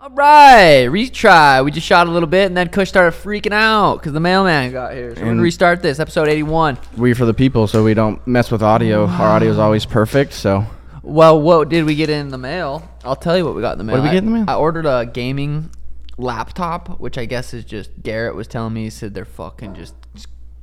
All right, retry. We just shot a little bit, and then Kush started freaking out because the mailman got here. So we're gonna And- restart this episode eighty-one. We for the people, so we don't mess with audio. Our audio is always perfect. So Well, what did we get in the mail? I'll tell you what we got in the mail. did we I- get in the mail? I ordered a gaming laptop, which I guess is just Garrett was telling me. He said they're fucking just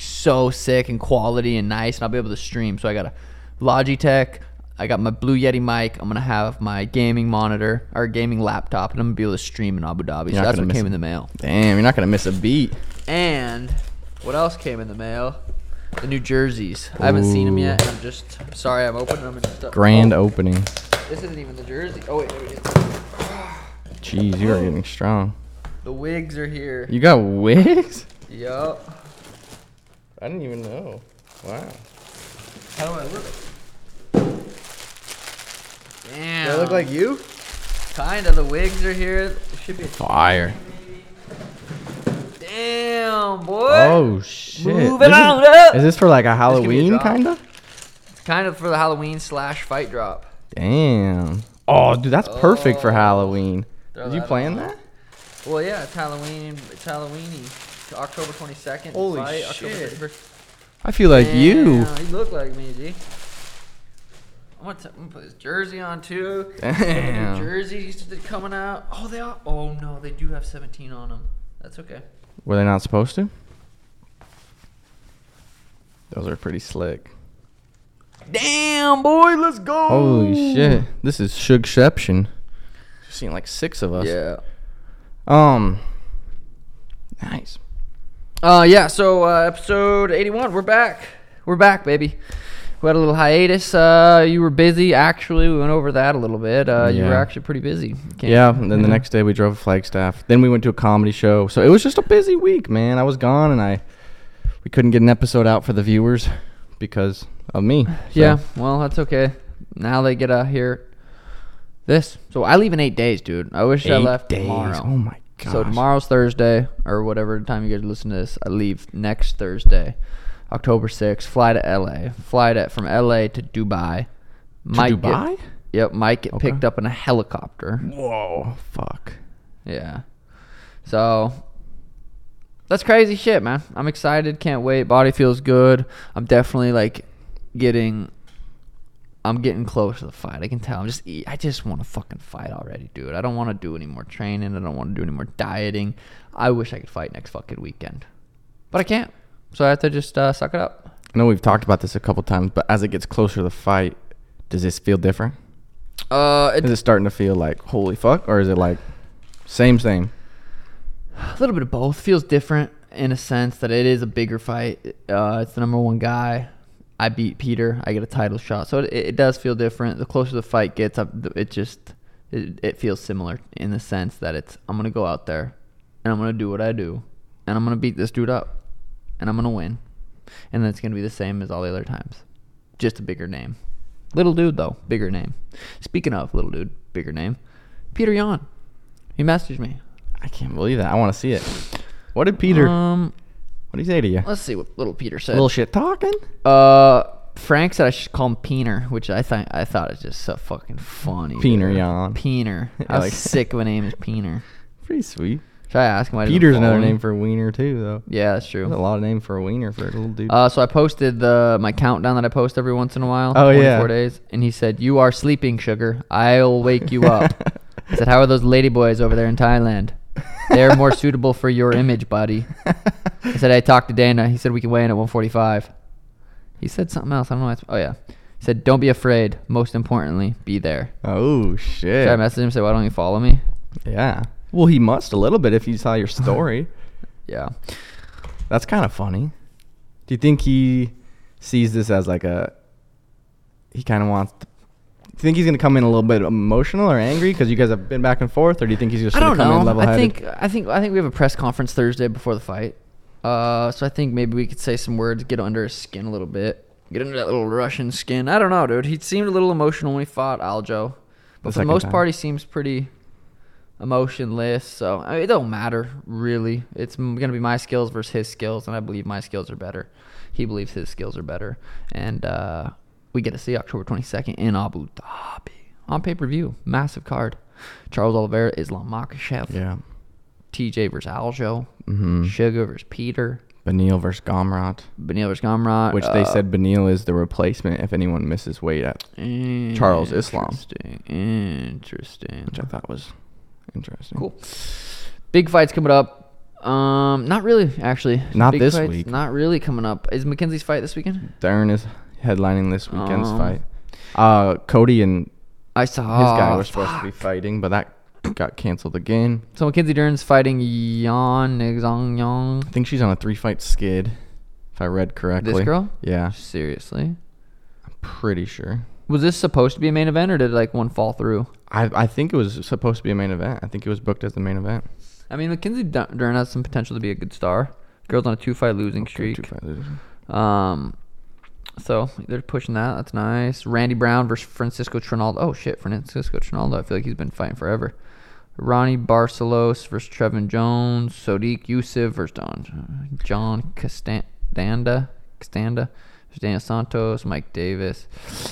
so sick and quality and nice, and I'll be able to stream. So I got a Logitech. I got my Blue Yeti mic. I'm gonna have my gaming monitor or gaming laptop, and I'm gonna be able to stream in Abu Dhabi. so not that's gonna what miss came it. in the mail. damn, you're not gonna miss a beat. And what else came in the mail? The New Jerseys. I haven't seen them yet, and I'm just sorry. I'm opening them. And just Oh, Grand opening. This isn't even the jersey. Oh wait, here we go. Jeez, you are getting strong. The wigs are here. You got wigs? Yup. I didn't even know. Wow. How do I look? Damn. you? kinda. The wigs are here. Should be. Fire. Damn, boy. Oh shit. Moving This is- on up. Is this for like could be a a Halloween drop. kind of? It's kind of for the Halloween slash fight drop. Damn. Oh, dude, that's perfect for Oh. Halloween. Throw Did you that plan on. that? Well, yeah, it's Halloween. It's Halloweeny. October 22nd. Holy fight, shit. October 31st. I feel like you. Damn, you look like me, G. I'm gonna, t- I'm gonna put this jersey on too. Damn. New jerseys that are coming out. Oh, they are. Oh no, they do have 17 on them. That's okay. Were they not supposed to? Those are pretty slick. Damn, boy, let's go. Holy shit. This is Shugception. You've seen like six of us. Yeah. Um. Nice. Uh, yeah. So uh, episode 81, we're back. We're back, baby. We had a little hiatus. Uh, you were busy. Actually, we went over that a little bit. Uh, you were Yeah. actually pretty busy. Cam. Yeah. And then the next day we drove to Flagstaff. Then we went to a comedy show. So it was just a busy week, man. I was gone and I we couldn't get an episode out for the viewers because of me. So, Yeah. Well, that's okay. Now they get out here. This. So I leave in eight days, dude. I wish I Eight left days. tomorrow. Oh my god. So tomorrow's Thursday, or whatever time you guys listen to this, I leave next Thursday, October 6th. Fly to LA. Fly to from LA to Dubai. Might get- Dubai? yep, might get Okay. picked up in a helicopter. Whoa. Fuck. Yeah. So that's crazy shit, man. I'm excited. Can't wait. Body feels good. I'm definitely like getting. I'm getting close to the fight. I can tell. I'm just. e- I just want to fucking fight already, dude. I don't want to do any more training. I don't want to do any more dieting. I wish I could fight next fucking weekend, but I can't. So I have to just uh, suck it up. I know we've talked about this a couple times, but as it gets closer to the fight, does this feel different? Uh, it, Is it starting to feel like holy fuck, or is it like same same? a little bit of both. Feels different in a sense that it is a bigger fight. Uh, it's the number one guy. I beat Peter. I get a title shot, so it, it does feel different. The closer the fight gets, I, it just it, it feels similar in the sense that it's I'm gonna go out there and I'm gonna do what I do and I'm gonna beat this dude up and I'm gonna win, and that's gonna be the same as all the other times, just a bigger name. Little dude though, bigger name. Speaking of little dude, bigger name, Peter Yon. He messaged me. I can't believe that. I want to see it. What did Peter? Um, what did he say to you? Let's see what little Peter said. Little shit talking. uh, Frank said I should call him Peener, which I think I thought is just so fucking funny. Peener dude. yawn. Peener. I I was like- sick of a name is Peener. Pretty sweet. Should I ask him? why he doesn't Peter's another follow me? name for wiener too, though. Yeah, that's There's a true. lot of name for a wiener for a little dude. Uh, so I posted the my countdown that I post every once in a while. Oh, yeah. days, and he said, "You are sleeping, sugar. I'll wake you up." I said, "How are those lady boys over there in Thailand? They're more suitable for your image, buddy." I said I talked to Dana. He said we can weigh in at 145. He said something else. I don't know. Why it's- oh yeah. He said don't be afraid. Most importantly, be there. oh Should shit. I message him and say why don't you follow me? yeah. Well, he must a little bit if he saw your story. Yeah. That's kind of funny. Do you think he sees this as like a? He kind of wants. do you think he's gonna come in a little bit emotional or angry because you guys have been back and forth, or do you think he's just I gonna don't come in know. level-headed? I think I think I think we have a press conference Thursday before the fight. Uh, so I think maybe we could say some words, get under his skin a little bit, get under that little Russian skin. I don't know, dude. He seemed a little emotional when he fought Aljo, but The for the second most time. part, he seems pretty emotionless. So I mean, it don't matter really. It's m- gonna be my skills versus his skills, and I believe my skills are better. He believes his skills are better, and uh, we get to see October twenty second in Abu Dhabi on pay per view. Massive card. Charles Oliveira, Islam Makhachev, Yeah. TJ versus Aljo, Mm-hmm. Sugar versus Peter, Benil versus Gomrot, Benil versus Gamrot, which they uh, said Benil is the replacement if anyone misses weight at, Charles Islam. Interesting. Interesting. which I thought was interesting. Cool. Big fights coming up. Um, not really, actually. Not Big this fights week. Not really coming up. Is Mackenzie's fight this weekend? Darren is headlining this weekend's Um, fight. Uh, Cody and I saw. his guy were supposed to be fighting, but that got canceled again. So Mackenzie Dern's fighting Yan Nigzong I Yang. think she's on a three fight skid, if I read correctly. This girl? Yeah, Seriously. I'm pretty sure. Was this supposed to be a main event or did like one fall through? I, I think it was supposed to be a main event. I think it was booked as the main event. I mean, Mackenzie Dern Dern has some potential to be a good star. Girl's on a two fight losing Okay, streak. two fight losers. Um, so they're pushing that. That's nice. Randy Brown versus Francisco Trinaldo. Oh shit, Francisco Trinaldo. I feel like he's been fighting forever. Ronnie Barcelos versus Trevin Jones. Sodiq Youssef versus Don John Castanda. Castanda. versus Daniel Santos, Mike Davis.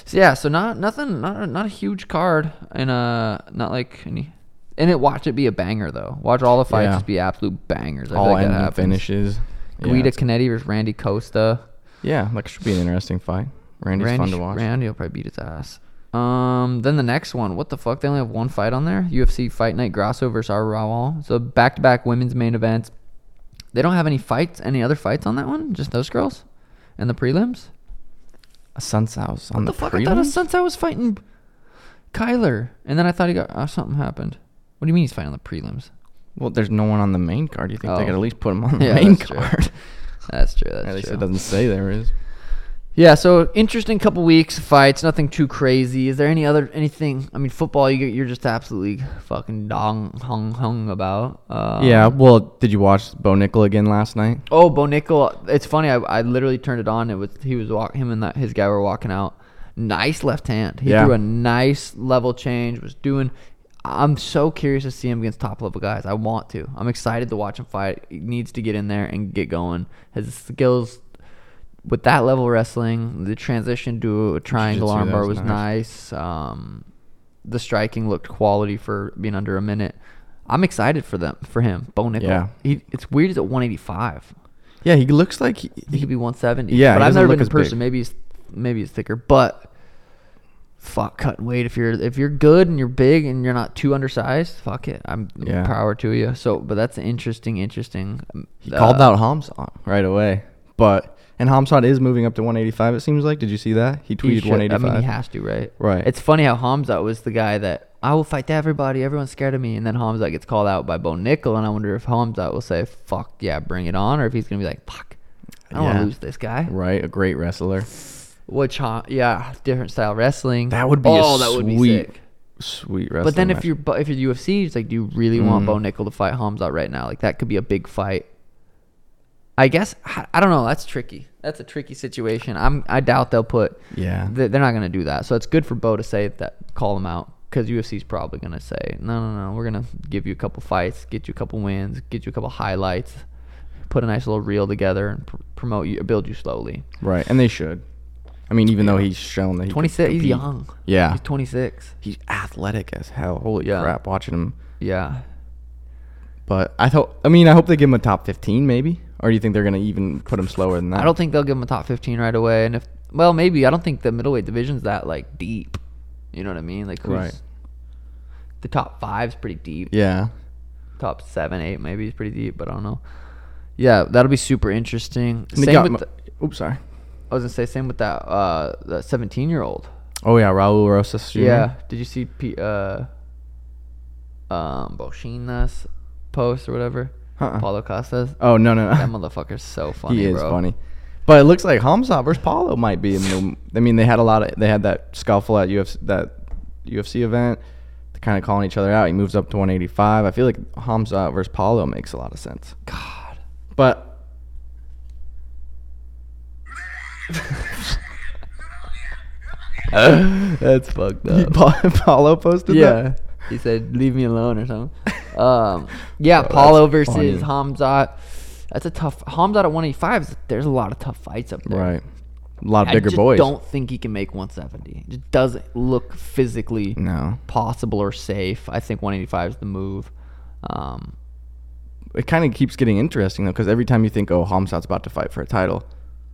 So yeah, so not nothing, not a, not a huge card, and uh, not like any. And it watch it be a banger though. Watch all the fights Yeah. just be absolute bangers. I feel All like that end in happens. finishes. Yeah, Guida it's- Canetti versus Randy Costa. yeah, like should be an interesting fight. Randy's fun to watch. Randy will probably beat his ass. Um, then the next one, what the fuck? They only have one fight on there. UFC Fight Night Grasso versus Arrawal. So back to back women's main events. They don't have any fights, any other fights on that one. Just those girls, and the prelims. A Sun's house What on the, the, fuck? I prelims? thought it was since I was fighting Kyler, and then I thought he got oh, something happened. What do you mean he's fighting on the prelims? Well, there's no one on the main card. You think Oh. they could at least put him on the Yeah, main that's true. card? That's true. That's at least true. it doesn't say there is. Yeah, so interesting couple weeks fights, nothing too crazy. Is there any other anything? I mean, football, you you're just absolutely fucking dong hung hung about. Uh, yeah. Well, did you watch Bo Nickel again last night? Oh, Bo Nickel. It's funny. I, I literally turned it on. It was he was walk him and that his guy were walking out. Nice left hand. He Yeah. threw a nice level change. Was doing. I'm so curious to see him against top level guys. I want to. I'm excited to watch him fight. He needs to get in there and get going. His skills with that level wrestling, the transition to a triangle Jiu-jitsu, that armbar was was nice. Um, the striking looked quality for being under a minute. I'm excited for them for him. Bo Nickel. Yeah. He, it's weird. He's at 185. Yeah, he looks like he, He could be 170. Yeah, but he I've doesn't never look been in as big. person. Maybe he's maybe he's thicker, but fuck cutting weight. If you're if you're good and you're big and you're not too undersized, fuck it. I'm Yeah. power to you. So, but that's interesting. Interesting. Uh, He called out Hamzat right away, but and Hamzat is moving up to 185. It seems like. Did you see that? He tweeted 185. I mean, he has to, right? Right. It's funny how Hamza was the guy that I will fight everybody. Everyone's scared of me, and then Hamza gets called out by Bo Nickel, and I wonder if Hamza will say, "Fuck yeah, bring it on," or if he's gonna be like, "Fuck, I don't want Yeah. to lose this guy." Right, a great wrestler. Which, huh, yeah, different style wrestling. That would be oh, a that would be sweet- sick. Sweet wrestler. But then if match. you're bu- if you're UFC, it's like, do you really want Mm. Bo Nickel to fight Hamza right now? Like that could be a big fight. I guess I I don't know. That's tricky. That's a tricky situation. I'm I doubt they'll put. Yeah. they- they're not gonna do that. So it's good for Bo to say that, call him out, because UFC's probably gonna say, no, no, no, we're gonna give you a couple fights, get you a couple wins, get you a couple highlights, put a nice little reel together, and pr- promote you, build you slowly. right, and they should. I mean, even though he's shown that he could Twenty six. He's compete. young. Yeah. He's twenty six. He's athletic as hell. Holy Yeah. crap, watching him. Yeah. But I thought. I mean, I hope they give him a top 15, maybe. Or do you think they're gonna even put him slower than that? I don't think they'll give him a top 15 right away. And if, well, maybe. I don't think the middleweight division's that, like, deep. You know what I mean? Like, who's, Right. the top five's pretty deep. Yeah. Top seven, eight maybe is pretty deep, but I don't know. Yeah, that'll be super interesting. And Same they got with Ma- the- Oops, sorry. I was gonna say same with that uh that 17 year old. Oh yeah, Raul Rosas. Jr. Yeah. Did you see P- uh um Boshina's post or whatever? Uh-uh. Paulo Costa's. Oh no no. no. That motherfucker's so funny. he is bro. funny. But it looks like Hamza versus Paulo might be in the. I mean, they had a lot of. They had that scuffle at UFC that UFC event, kind of calling each other out. He moves up to 185. I feel like Hamza versus Paulo makes a lot of sense. God. But That's fucked he, up. Pa- Paulo posted yeah. that. He said, "Leave me alone" or something. Um, yeah, Bro, Paulo Oh, that's versus funny. Hamzat. That's a tough. Hamzat at 185. is- There's a lot of tough fights up there. Right. a lot of bigger I just boys. don't think he can make 170. It just doesn't look physically No, possible or safe. I think 185 is the move. Um, it kind of keeps getting interesting though, because every time you think, oh, Homsat's about to fight for a title,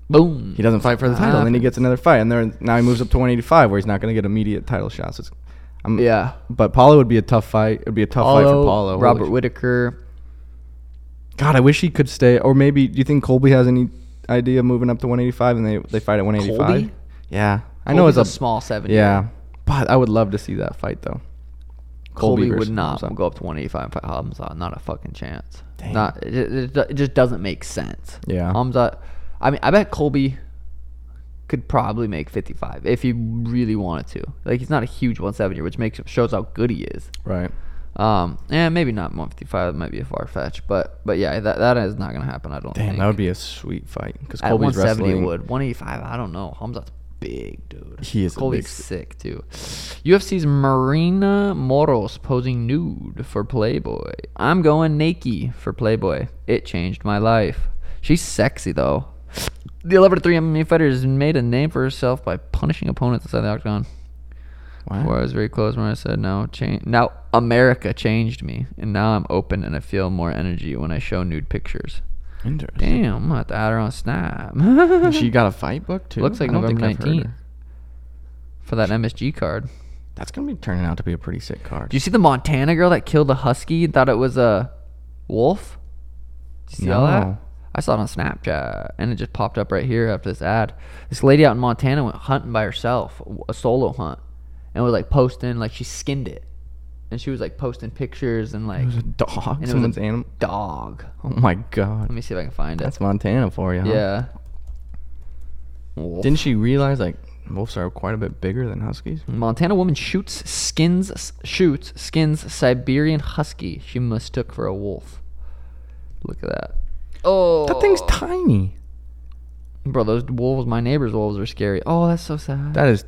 boom. he doesn't fight for the title, and then he gets another fight, and there now he moves up to 185, where he's not going to get immediate title shots. It's, I'm, Yeah. but Paulo would be a tough fight. It'd be a tough fight for Paulo, Paulo. Holy Robert sh- Whitaker. God, I wish he could stay. Or maybe do you think Colby has any idea of moving up to 185 and they they fight at 185? Colby? Yeah, I know Colby's it's a a, small 70. Yeah, but I would love to see that fight though. Colby, would versus not Hamzat. go up to 185 and fight Hamzat. Not a fucking chance. Damn. Not it, it, it just doesn't make sense. Yeah. Hamzat. I mean, I bet Colby could probably make 55 if he really wanted to. Like he's not a huge 170, which makes shows how good he is. Right. Um, yeah, maybe not 155. That might be a far fetch, but but yeah, that that is not gonna happen. I don't. Damn, think. that would be a sweet fight because At Colby's 170 wrestling. would 185. I don't know. Hamzat's big, dude. He is a Colby's big- sick too. UFC's Marina Moros posing nude for Playboy. I'm going naked for Playboy. It changed my life. She's sexy though. The 11 3 MMA fighter has made a name for herself by punishing opponents inside the octagon. Wow. Where I was very close when I said no change. Now America changed me, and now I'm open and I feel more energy when I show nude pictures. Interesting. Damn, I'm gonna have to add her on Snap. She got a fight booked too. Looks like I don't November think I've heard of 19th her. for that MSG card. That's gonna be turning out to be a pretty sick card. Do you see the Montana girl that killed a husky and thought it was a wolf? Did you see all that? No. I saw it on Snapchat and it just popped up right here after this ad. This lady out in Montana went hunting by herself, a solo hunt, and was like posting, like she skinned it. And she was like posting pictures and like It was a dog. was a- Someone's animal. dog. Oh my Let god. me see if I can find it. That's Montana for you. Huh? yeah. Wolf. Didn't she realize like wolves are quite a bit bigger than huskies? Montana woman shoots skins shoots skins Siberian husky she mistook for a wolf. Look at that. Oh, That thing's tiny. bro. Those wolves, my neighbor's wolves, are scary. Oh, that's so sad. That is.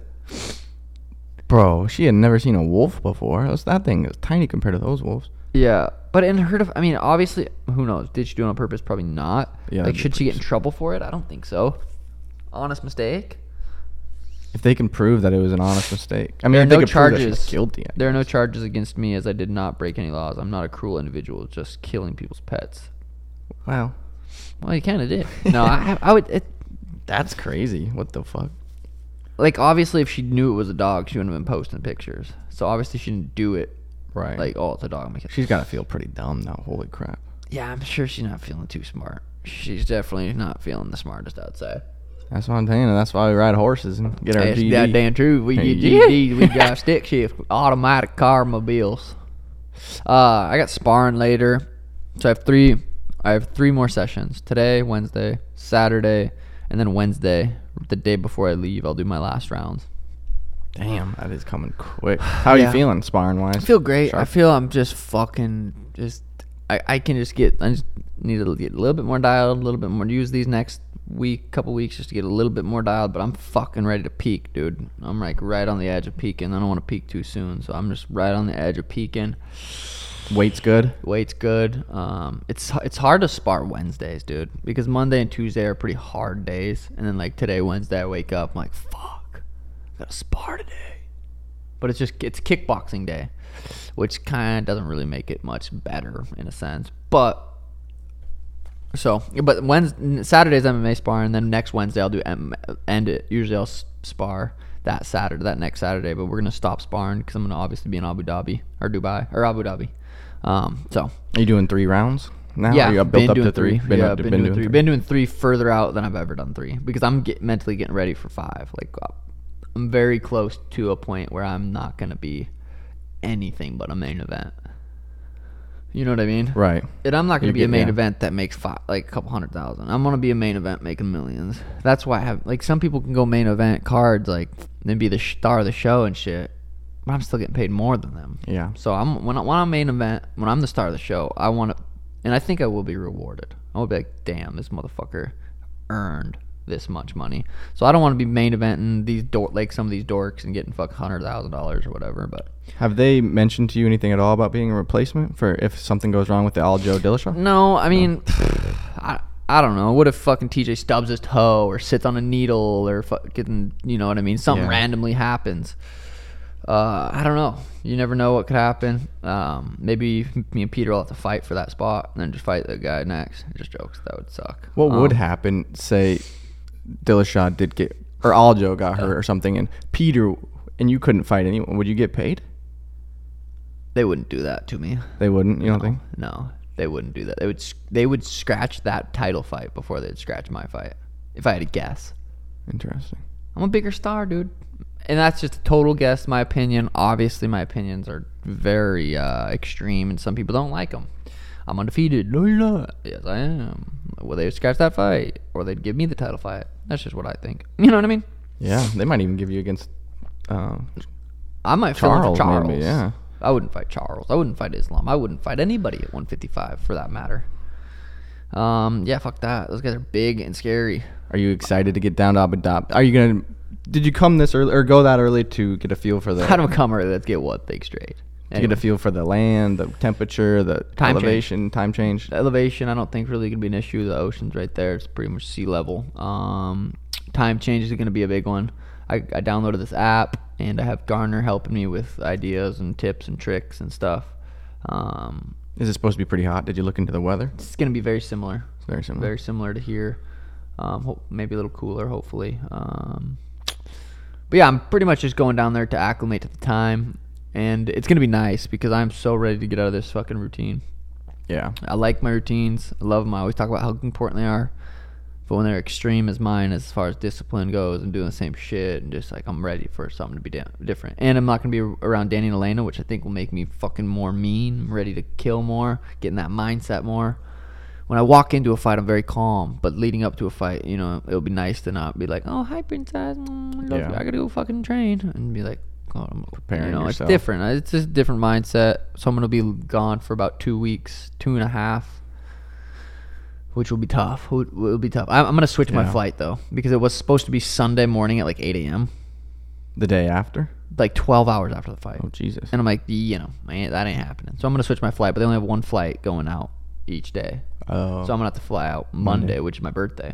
Bro, she had never seen a wolf before. That's, that thing is tiny compared to those wolves. yeah, but in her, def- I mean, obviously, who knows? Did she do it on purpose? Probably not. Yeah, Like, that'd be should she pretty get in trouble for it? I don't think so. Honest mistake. If they can prove that it was an honest mistake, I mean, There are if they no could prove that she's charges. guilty. I There are no charges against me as I did not break any laws. I'm not a cruel individual, just killing people's pets. guess. wow, Well, you kind of did. No, I, I would. It, that's crazy. What the fuck? like obviously if she knew it was a dog she wouldn't have been posting pictures so obviously she didn't do it Right. like oh it's a dog I'm gonna kill- she's got to feel pretty dumb now. Holy crap. yeah i'm sure she's not feeling too smart she's definitely not feeling the smartest outside That's Montana. That's why we ride horses and get our that's GD. goddamn true we get Yeah. gds we got stick shift automatic car mobiles uh i got sparring later so i have three i have three more sessions today wednesday saturday and then wednesday the day before i leave i'll do my last rounds Damn, that is coming quick. How are Yeah. you feeling, sparring wise? I feel great. I Sharp. feel I'm just fucking just. I, I can just get. I just need to get a little bit more dialed, a little bit more. Use these next week, couple weeks, just to get a little bit more dialed. But I'm fucking ready to peak, dude. I'm like right on the edge of peaking. I don't want to peak too soon, so I'm just right on the edge of peaking. Weight's good. Weight's good. Um, it's it's hard to spar Wednesdays, dude, because Monday and Tuesday are pretty hard days, and then like today, Wednesday, I wake up, I'm like, fuck, I gotta spar today. But it's just it's kickboxing day, which kind of doesn't really make it much better in a sense. But so, but Wednesday, Saturday's MMA spar, and then next Wednesday I'll do M- end it. Usually I'll s- spar that Saturday, that next Saturday, but we're gonna stop sparring because I'm gonna obviously be in Abu Dhabi or Dubai or Abu Dhabi. Um, so Are you doing three rounds now? yeah, Or you got built been up doing to three. Been yeah, up to- been, doing three. Been doing three further out than I've ever done three because I'm get, mentally getting ready for five. Like uh, I'm very close to a point where I'm not gonna be anything but a main event. You know what I mean? Right. And I'm not going to You be a get- main yeah. event that makes five, like a couple hundred thousand. I'm going to be a main event making millions. That's why I have like some people can go main event cards like then be the star of the show and shit. But I'm still getting paid more than them. Yeah. So I'm when I, when I'm main event when I'm the star of the show I want to, and I think I will be rewarded. I will be like, damn, this motherfucker earned this much money. So I don't want to be main eventing these dor- like some of these dorks and getting fuck hundred thousand dollars or whatever. But Have they mentioned to you anything at all about being a replacement for if something goes wrong with the All Joe Dillashaw? No, I mean, I, I don't know. What if fucking TJ stubs his toe or sits on a needle or fucking, you know what I mean? Something Yeah. randomly happens. Uh, I don't know. You never know what could happen. Um, maybe me and Peter will have to fight for that spot and then just fight the guy next. Just jokes. That would suck. What would Um, happen? Say, Dillashaw did get, or Aljo got Uh. hurt or something, and Peter, and you couldn't fight anyone. Would you get paid? They wouldn't do that to me. They wouldn't. You don't think? No, they wouldn't do that. They would. sc- They would scratch that title fight before they'd scratch my fight. If I had to guess, Interesting. I'm a bigger star, dude. And that's just a total guess, my opinion. Obviously, my opinions are very uh, extreme, and some people don't like them. I'm undefeated. No, you're not. Yes, I am. Well, they would scratch that fight, or they'd give me the title fight. That's just what I think. You know what I mean? Yeah, they might even give you against. Um, I might fill in for Charles, Charles. maybe, yeah. I wouldn't fight Charles. I wouldn't fight Islam. I wouldn't fight anybody at 155 for that matter. Um, yeah, fuck that. Those guys are big and scary. are you excited to get down to Abu Dhabi? Are you gonna? Did you come this early or go that early to get a feel for the How do I come early? Let's get one thing straight. to get a Anyway, feel for the land, the temperature, the Time change. elevation, time change? the elevation, I don't think really gonna be an issue. The ocean's right there. It's pretty much sea level. Um, time change is gonna be a big one. I, I downloaded this app and I have Garner helping me with ideas and tips and tricks and stuff. Um, Is it supposed to be pretty hot? Did you look into the weather? it's gonna be very similar. It's very similar. very similar to here. Um, ho- maybe a little cooler, hopefully. Um, but yeah, I'm pretty much just going down there to acclimate to the time, and it's gonna be nice because I'm so ready to get out of this fucking routine. yeah. I like my routines. I love them. I always talk about how important they are, but when they're extreme as mine, as far as discipline goes, and doing the same shit, and just like I'm ready for something to be da- different. And I'm not gonna be around Danny and Elena, which I think will make me fucking more mean, I'm ready to kill more, getting that mindset more. When I walk into a fight, I'm very calm. But leading up to a fight, you know, it'll be nice to not be like, "Oh, hi, princess, Mm, I, love Yeah. you. I gotta go fucking train," and be like, "Oh, I'm Preparing you know, yourself. It's different. Uh, It's just a different mindset. So I'm gonna be gone for about two weeks, two and a half, which will be tough. Who- It'll be tough. I'm, I'm gonna switch my Yeah. flight though because it was supposed to be Sunday morning at like 8 a.m., The day after? like 12 hours after the fight. Oh Jesus. And I'm like, you know, man, that ain't happening. So I'm gonna switch my flight, but they only have one flight going out each day. Oh. So I'm gonna have to fly out Monday, which is my birthday,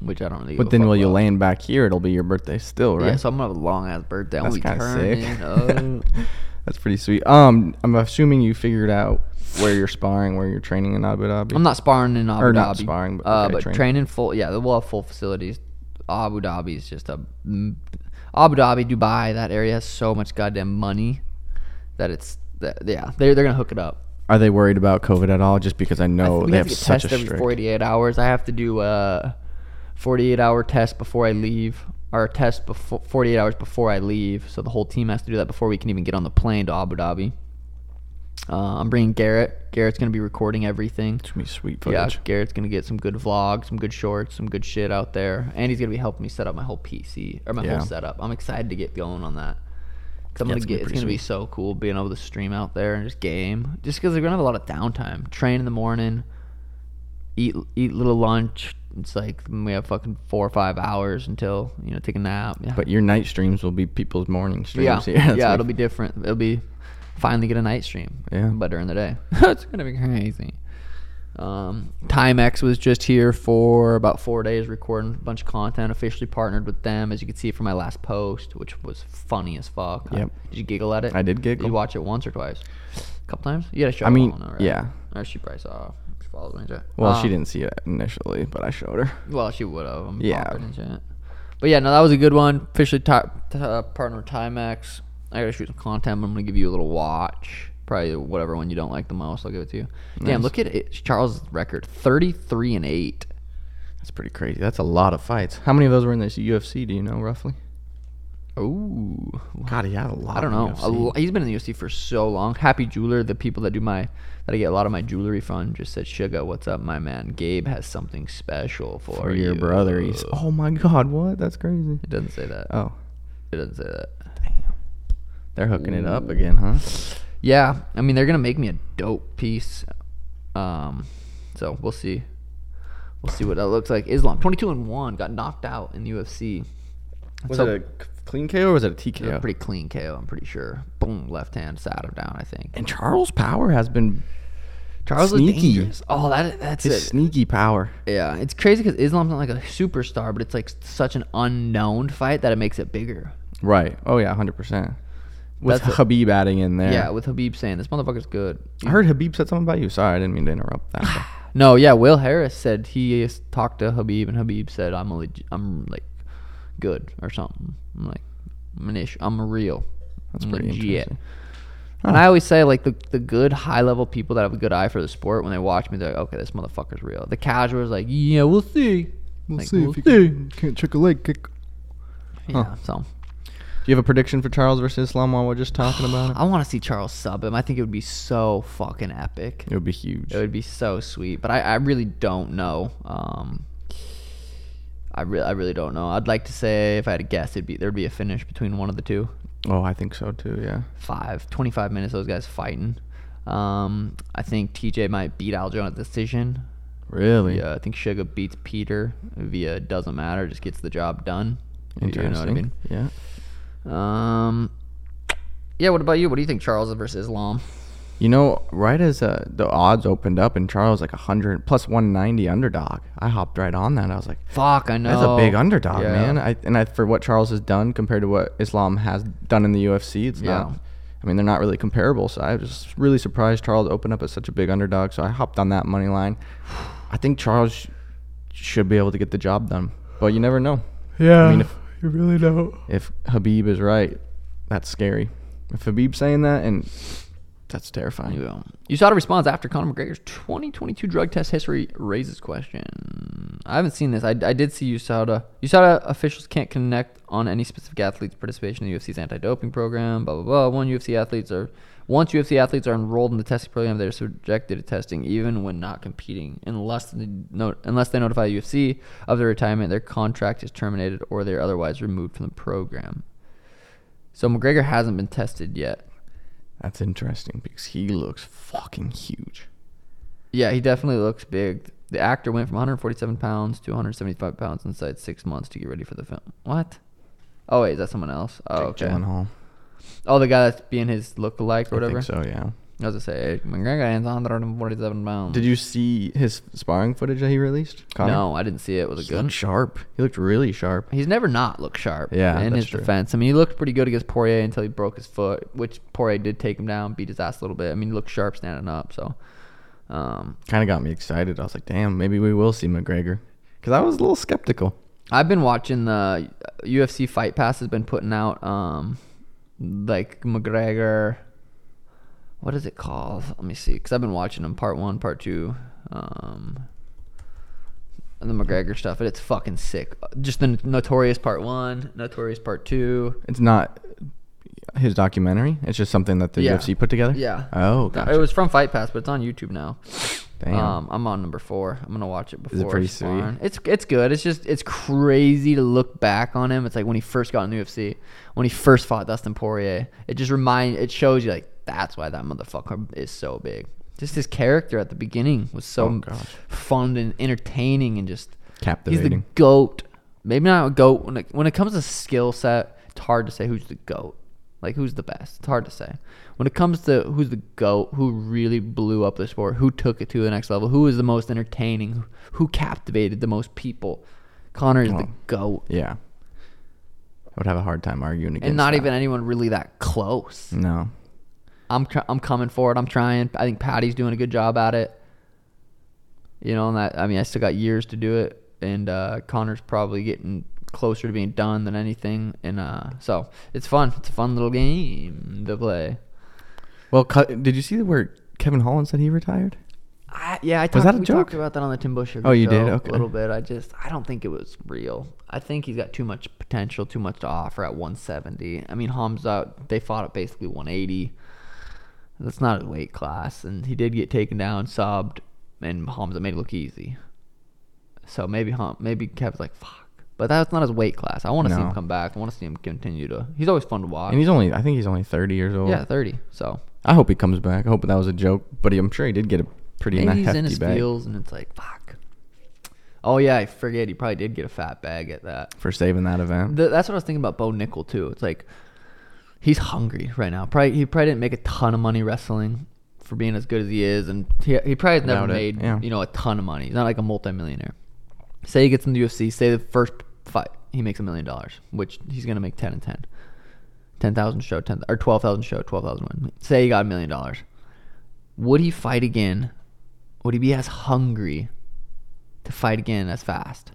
which I don't really. give but a then fuck will you about. land back here? It'll be your birthday still, right? Yeah, so I'm gonna have a long ass birthday. I'm That's gonna kind be of turning. up. sick. That's pretty sweet. Um, I'm assuming you figured out where you're sparring, where you're training in Abu Dhabi. I'm not sparring in Abu Or Dhabi. not sparring, but- uh, okay, but training. training full. Yeah, we'll have full facilities. Abu Dhabi is just a mm, Abu Dhabi, Dubai. That area has so much goddamn money that it's that, yeah. They're they're gonna hook it up. Are they worried about COVID at all? Just because I I know th- they have, to get such a tested strict. every 48 hours. I have to do a 48 hour test before I leave, or a test before 48 hours before I leave. So the whole team has to do that before we can even get on the plane to Abu Dhabi. Uh, I'm bringing Garrett. Garrett's gonna be recording everything. It's gonna be sweet Yeah, footage. Garrett's gonna get some good vlogs, some good shorts, some good shit out there, and he's gonna be helping me set up my whole PC or my Yeah. whole setup. I'm excited to get going on that. Cause I'm Yeah, gonna it's gonna be get it's pretty gonna be sweet. so cool being able to stream out there and just game, just because we're gonna have a lot of downtime. Train in the morning, eat eat little lunch. It's like we have fucking four or five hours until you know take a nap. Yeah, But your night streams will be people's morning yeah, streams. yeah, It's like- it'll be different. It'll be finally get a night stream. Yeah. But during the day, it's gonna be crazy. Um, Timex was just here for about four days, recording a bunch of content. Officially partnered with them, as you can see from my last post, which was funny as fuck. Yep. Did you giggle at it? I did giggle. you watch it once or twice? A couple times. You gotta show. I her mean, all now, right? yeah. Or she probably saw. She follows me. and shit. Well, she Um, didn't see it initially, but I showed her. well, she would have. I'm Yeah. confident in it. But yeah, no, that was a good one. Officially ti- t- uh, partner with Timex. I gotta shoot some content. But I'm gonna give you a little watch. Probably whatever one you don't like the most, I'll give it to you. Damn, Nice. look at it. Charles' record: thirty-three and eight. That's pretty crazy. That's a lot of fights. How many of those were in this UFC? Do you know roughly? Ooh, God, he had a lot. I don't in know. A UFC. lo- he's been in the UFC for so long. Happy Jeweler, the people that do my that I get a lot of my jewelry from, just said, "Sugar, what's up, my man? Gabe has something special for, for your you." brother. He's, oh my God, what? That's crazy. It doesn't say that. Oh, It doesn't say that. they're hooking it up again, huh? Yeah, I mean they're gonna make me a dope piece. Um, so we'll see. We'll see what that looks like. Islam, twenty-two and one, got knocked out in the UFC. Was So- it a c- clean KO or was it a It was TKO? a pretty clean KO, I'm pretty sure. Boom, left hand, side him down. I think. and Charles Power has been Charles Sneaky. is dangerous. Oh, that that's His it. sneaky power. yeah, it's crazy because Islam's not like a superstar, but it's like such an unknown fight that it makes it bigger. Right. Oh yeah, hundred percent. With That's a- Habib adding in there. Yeah, with Habib saying this motherfucker's good. I heard Habib said something about you. Sorry, I didn't mean to interrupt that. but- No, yeah, Will Harris said he s- talked to Habib, and Habib said, "I'm a leg- I'm like good or something. I'm like I'm an ish. I'm a real. That's I'm pretty legit." interesting. And I always say like the the good high level people that have a good eye for the sport when they watch me, they're like, "Okay, this motherfucker's real." The casual is like, "Yeah, we'll see." We'll Like, see we'll if you can, can't check a leg kick. Yeah, Huh. so Do you have a prediction for Charles versus Islam while we're just talking about it? I want to see Charles sub him. I think it would be so fucking epic. It would be huge. It would be so sweet, but I, I really don't know. Um, I really I really don't know. I'd like to say if I had to guess, it'd be there'd be a finish between one of the two. oh, I think so too. Yeah. Five, 25 minutes, those guys fighting. Um, I think TJ might beat Aljo on a decision. Really? Yeah, I think Sugar beats Peter via doesn't matter, just gets the job done. You know what I Interesting. mean? Yeah. Um, yeah. What about you? What do you think, Charles versus Islam? You know, right as uh, the odds opened up and Charles like 100 plus 190 underdog, I hopped right on that. I was like, Fuck, I know. that's a big underdog, Yeah. man. I, and I, for what Charles has done compared to what Islam has done in the UFC, it's Yeah. not. I mean, they're not really comparable. So I was just really surprised Charles opened up as such a big underdog. So I hopped on that money line. I think Charles sh- should be able to get the job done, but you never know. Yeah, I mean, if- you really don't. If Habib is right, that's scary. If Habib's saying that, and that's terrifying. You, will. You saw the response after Conor McGregor's 2022 drug test history raises question. I haven't seen this. I, I did see USADA. USADA officials can't connect on any specific athlete's participation in the UFC's anti-doping program. Blah blah blah. One UFC athletes are once UFC athletes are enrolled in the testing program, they're subjected to testing even when not competing, unless they no, unless they notify UFC of their retirement, their contract is terminated, or they're otherwise removed from the program. So McGregor hasn't been tested yet. That's interesting because he looks fucking huge. Yeah, he definitely looks big. The actor went from 147 pounds to 175 pounds inside six months to get ready for the film. What? Oh wait, is that someone else? Oh, Jake okay. Gyllenhaal. Oh, the guy that's being his lookalike or whatever. I think so, yeah. I was gonna say McGregor is 147 pounds. Did you see his sparring footage that he released? Connor? No, I didn't see it. Was it He looked good? sharp. He looked really sharp. He's never not looked sharp. Yeah, in that's his true. defense, I mean, he looked pretty good against Poirier until he broke his foot, which Poirier did take him down, beat his ass a little bit. I mean, he looked sharp standing up. So, um, Kind of got me excited. I was like, damn, maybe we will see McGregor. Because I was a little skeptical. I've been watching the UFC Fight Pass has been putting out um like McGregor. What is it called? Let me see, because I've been watching them part one, part two, um, and the McGregor stuff, and it's fucking sick. Just the Notorious part one, Notorious part two. It's not his documentary. It's just something that the Yeah. UFC put together? Yeah. Oh, No, gotcha. It was from Fight Pass, but it's on YouTube now. Damn. Um, I'm on number four. I'm gonna watch it before. pretty it's sweet? on. It's it's good. It's just it's crazy to look back on him. It's like when he first got in the UFC, when he first fought Dustin Poirier. It just remind it shows you like that's why that motherfucker is so big. Just his character at the beginning was Oh, so gosh. fun and entertaining and just He's Captivating. the goat. Maybe not a goat when it, when it comes to skill set. It's hard to say who's the goat. Like who's the best? It's hard to say. When it comes to who's the goat, who really blew up the sport, who took it to the next level, who was the most entertaining, who captivated the most people, Connor is the Well, goat, yeah. I would have a hard time arguing against and not that. even anyone really that close. No. I'm tr- I'm coming for it. I'm trying. I think Patty's doing a good job at it. You know, and that I mean, I still got years to do it, and uh, Connor's probably getting closer to being done than anything. And uh, so it's fun. It's a fun little game to play. Well, cu- did you see where Kevin Holland said he retired? I, yeah, I talked, Was that a we joke? talked about that on the Tim Bush Sugar Oh, you show did? Okay. a little bit. I just I don't think it was real. I think he's got too much potential, too much to offer at 170. I mean, Hamza they fought at basically 180. That's not his weight class, and he did get taken down, sobbed, and Hamza made it look easy. So maybe Ham, maybe Kev's like fuck, but that's not his weight class. I want to see No. him come back. I want to see him continue to. He's always fun to watch. And he's only, I think he's only 30 years old. Uh, yeah, 30. So I hope he comes back. I hope that was a joke, but he- I'm sure he did get a pretty Maybe hefty he's in his bag feels and it's like, fuck. Oh yeah, I forget. He probably did get a fat bag at that. for saving that event. Th- that's what I was thinking about Bo Nickel too. It's like he's hungry right now. Probably he probably didn't make a ton of money wrestling. For for being as good as he is, and he, he probably has never Doubt it, made yeah. you know a ton of money. He's not like a multimillionaire. Say he gets in the UFC, say the first fight he makes a million dollars, which he's gonna make ten and ten. Ten thousand show, ten or twelve thousand show, twelve thousand win. Say he got a million dollars. Would he fight again? Would he be as hungry to fight again as fast?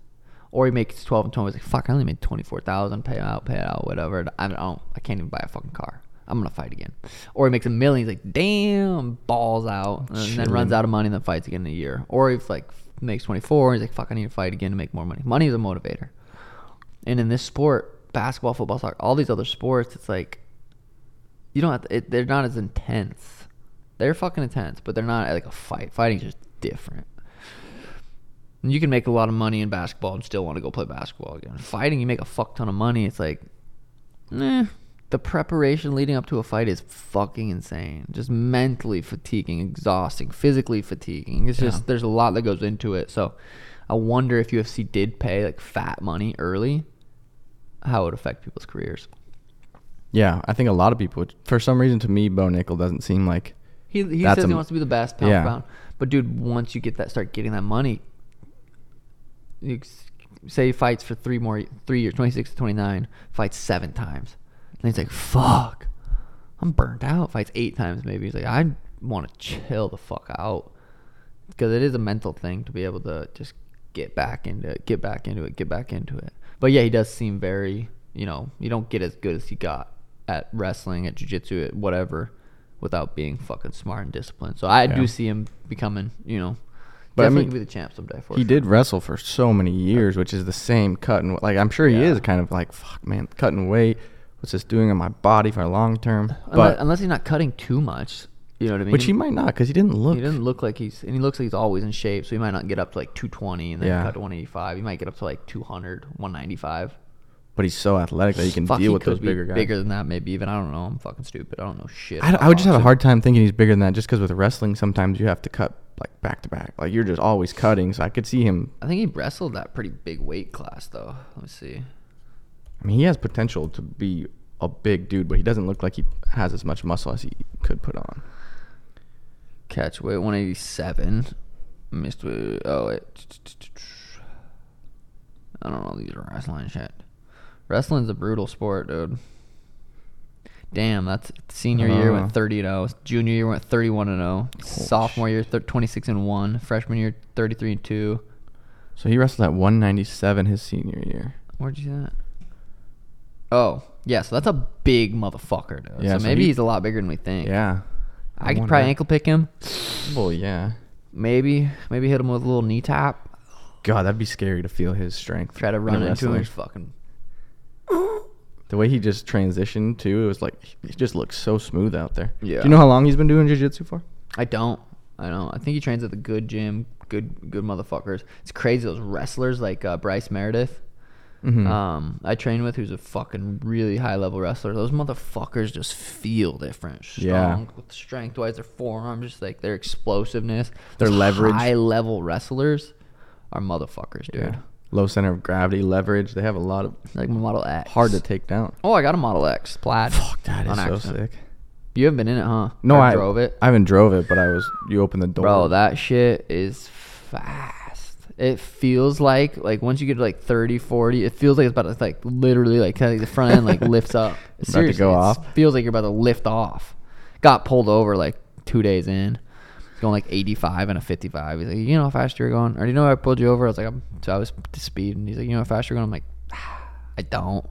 Or he makes twelve and twenty. He's like, fuck, I only made twenty four thousand. Pay out, pay out, whatever. I don't. I can't even buy a fucking car. I'm gonna fight again. Or he makes a million. He's like, damn, balls out, and then runs out of money and then fights again in a year. Or he's like makes twenty four. He's like, fuck, I need to fight again to make more money. Money is a motivator. And in this sport, basketball, football, soccer, all these other sports, it's like you don't have to, it, they're not as intense. They're fucking intense, but they're not like a fight. Fighting's just different. And you can make a lot of money in basketball and still want to go play basketball again. Fighting, you make a fuck ton of money. It's like, eh. The preparation leading up to a fight is fucking insane. Just mentally fatiguing, exhausting, physically fatiguing. It's just, there's a lot that goes into it. So I wonder if UFC did pay like fat money early, how it would affect people's careers. Yeah, I think a lot of people. Would, for some reason, to me, Bo Nickel doesn't seem like. He, he That's says he a- wants to be the best pound yeah. for pound. But dude, once you get that, start getting that money, you s- say he fights for three more three years, twenty six to twenty nine, fights seven times, and he's like, "Fuck, I'm burnt out." Fights eight times maybe. He's like, "I want to chill the fuck out," because it is a mental thing to be able to just get back into it, get back into it, get back into it. But yeah, he does seem very, you know, you don't get as good as he got at wrestling, at jujitsu, at whatever, without being fucking smart and disciplined. So I Yeah. do see him becoming, you know, But I definitely mean, could be the champ someday. For He sure. did wrestle for so many years, which is the same cut and like I'm sure he Yeah. is kind of like fuck man, cutting weight. What's this doing on my body for long term? unless, But unless he's not cutting too much. You know what I mean? which he might not because he didn't look. He doesn't look like he's, and he looks like he's always in shape, so he might not get up to like 220 and then Yeah. cut to 185. He might get up to like 200, 195. but he's so athletic that he can Fuck, deal he with could those be bigger guys. Bigger than that, maybe even. I don't know. I'm fucking stupid. I don't know shit. I, d- about I would just have a boxing. hard time thinking he's bigger than that, just because with wrestling sometimes you have to cut like back to back, like you're just always cutting. So I could see him. I think he wrestled that pretty big weight class though. Let me see. I mean, he has potential to be a big dude, but he doesn't look like he has as much muscle as he could put on. Catch weight 187. Missed weight. Oh wait. I don't know. These are wrestling shit. Wrestling's a brutal sport, dude. Damn, that's senior year Uh. went 30 and 0. Junior year went 31 and 0. Sophomore year thir- 26 and 1. Freshman year 33 and 2. So he wrestled at 197 his senior year. Where'd you see that? Oh, yeah. So that's a big motherfucker, dude. Yeah, so so maybe he- he's a lot bigger than we think. Yeah. I could wonder. probably ankle pick him. Well, yeah. Maybe, maybe hit him with a little knee tap. God, that'd be scary to feel his strength. Try to in run into him. wrestling. Just fucking. The way he just transitioned too, it was like he just looks so smooth out there. Yeah. Do you know how long he's been doing jiu-jitsu for? I don't. I don't. I think he trains at the good gym. Good, good motherfuckers. It's crazy. Those wrestlers like uh, Bryce Meredith. Mhm. Um, I train with who's a fucking really high level wrestler. Those motherfuckers just feel different. Strong, Yeah. with strength wise, their forearms, just like their explosiveness, Their Those leverage. High level wrestlers are motherfuckers, dude. Low center of gravity, leverage. They have a lot of Like Model X. hard to take down. Oh, I got a Model X plaid. Fuck, that is on so accident. sick. You haven't been in it, huh? No, Or I drove it. I haven't drove it, but I was. You opened the door. Bro, that shit is fast. It feels like like once you get to like 30, 40, it feels like it's about to like literally like kinda like the front end like lifts up. About to Seriously, go it off. Feels like you're about to lift off. Got pulled over like two days in. It's Going like 85 and a 55. He's like, you know how fast you're going? Or do you know how I pulled you over? I was like, I'm, so I was to speed. And he's like, you know how fast you're going? I'm like, I don't.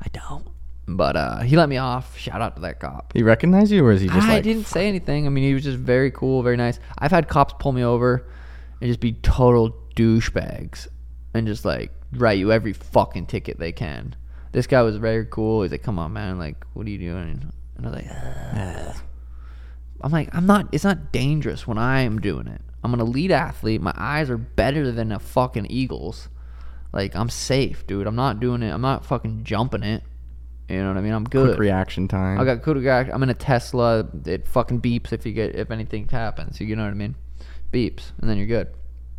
I don't. But uh, he let me off. Shout out to that cop. He recognized you, or is he just I like? didn't say anything. I mean, he was just very cool, very nice. I've had cops pull me over and just be total douchebags and just like write you every fucking ticket they can. This guy was very cool. He's like, "Come on, man! Like, what are you doing?" And I was like, "Ugh." "I'm like, I'm not. It's not dangerous when I am doing it. I'm an elite athlete. My eyes are better than a fucking eagle's. Like, I'm safe, dude. I'm not doing it. I'm not fucking jumping it. You know what I mean? I'm good. Quick reaction time. I got good react. I'm in a Tesla. It fucking beeps if you get if anything happens. You know what I mean? Beeps, and then you're good.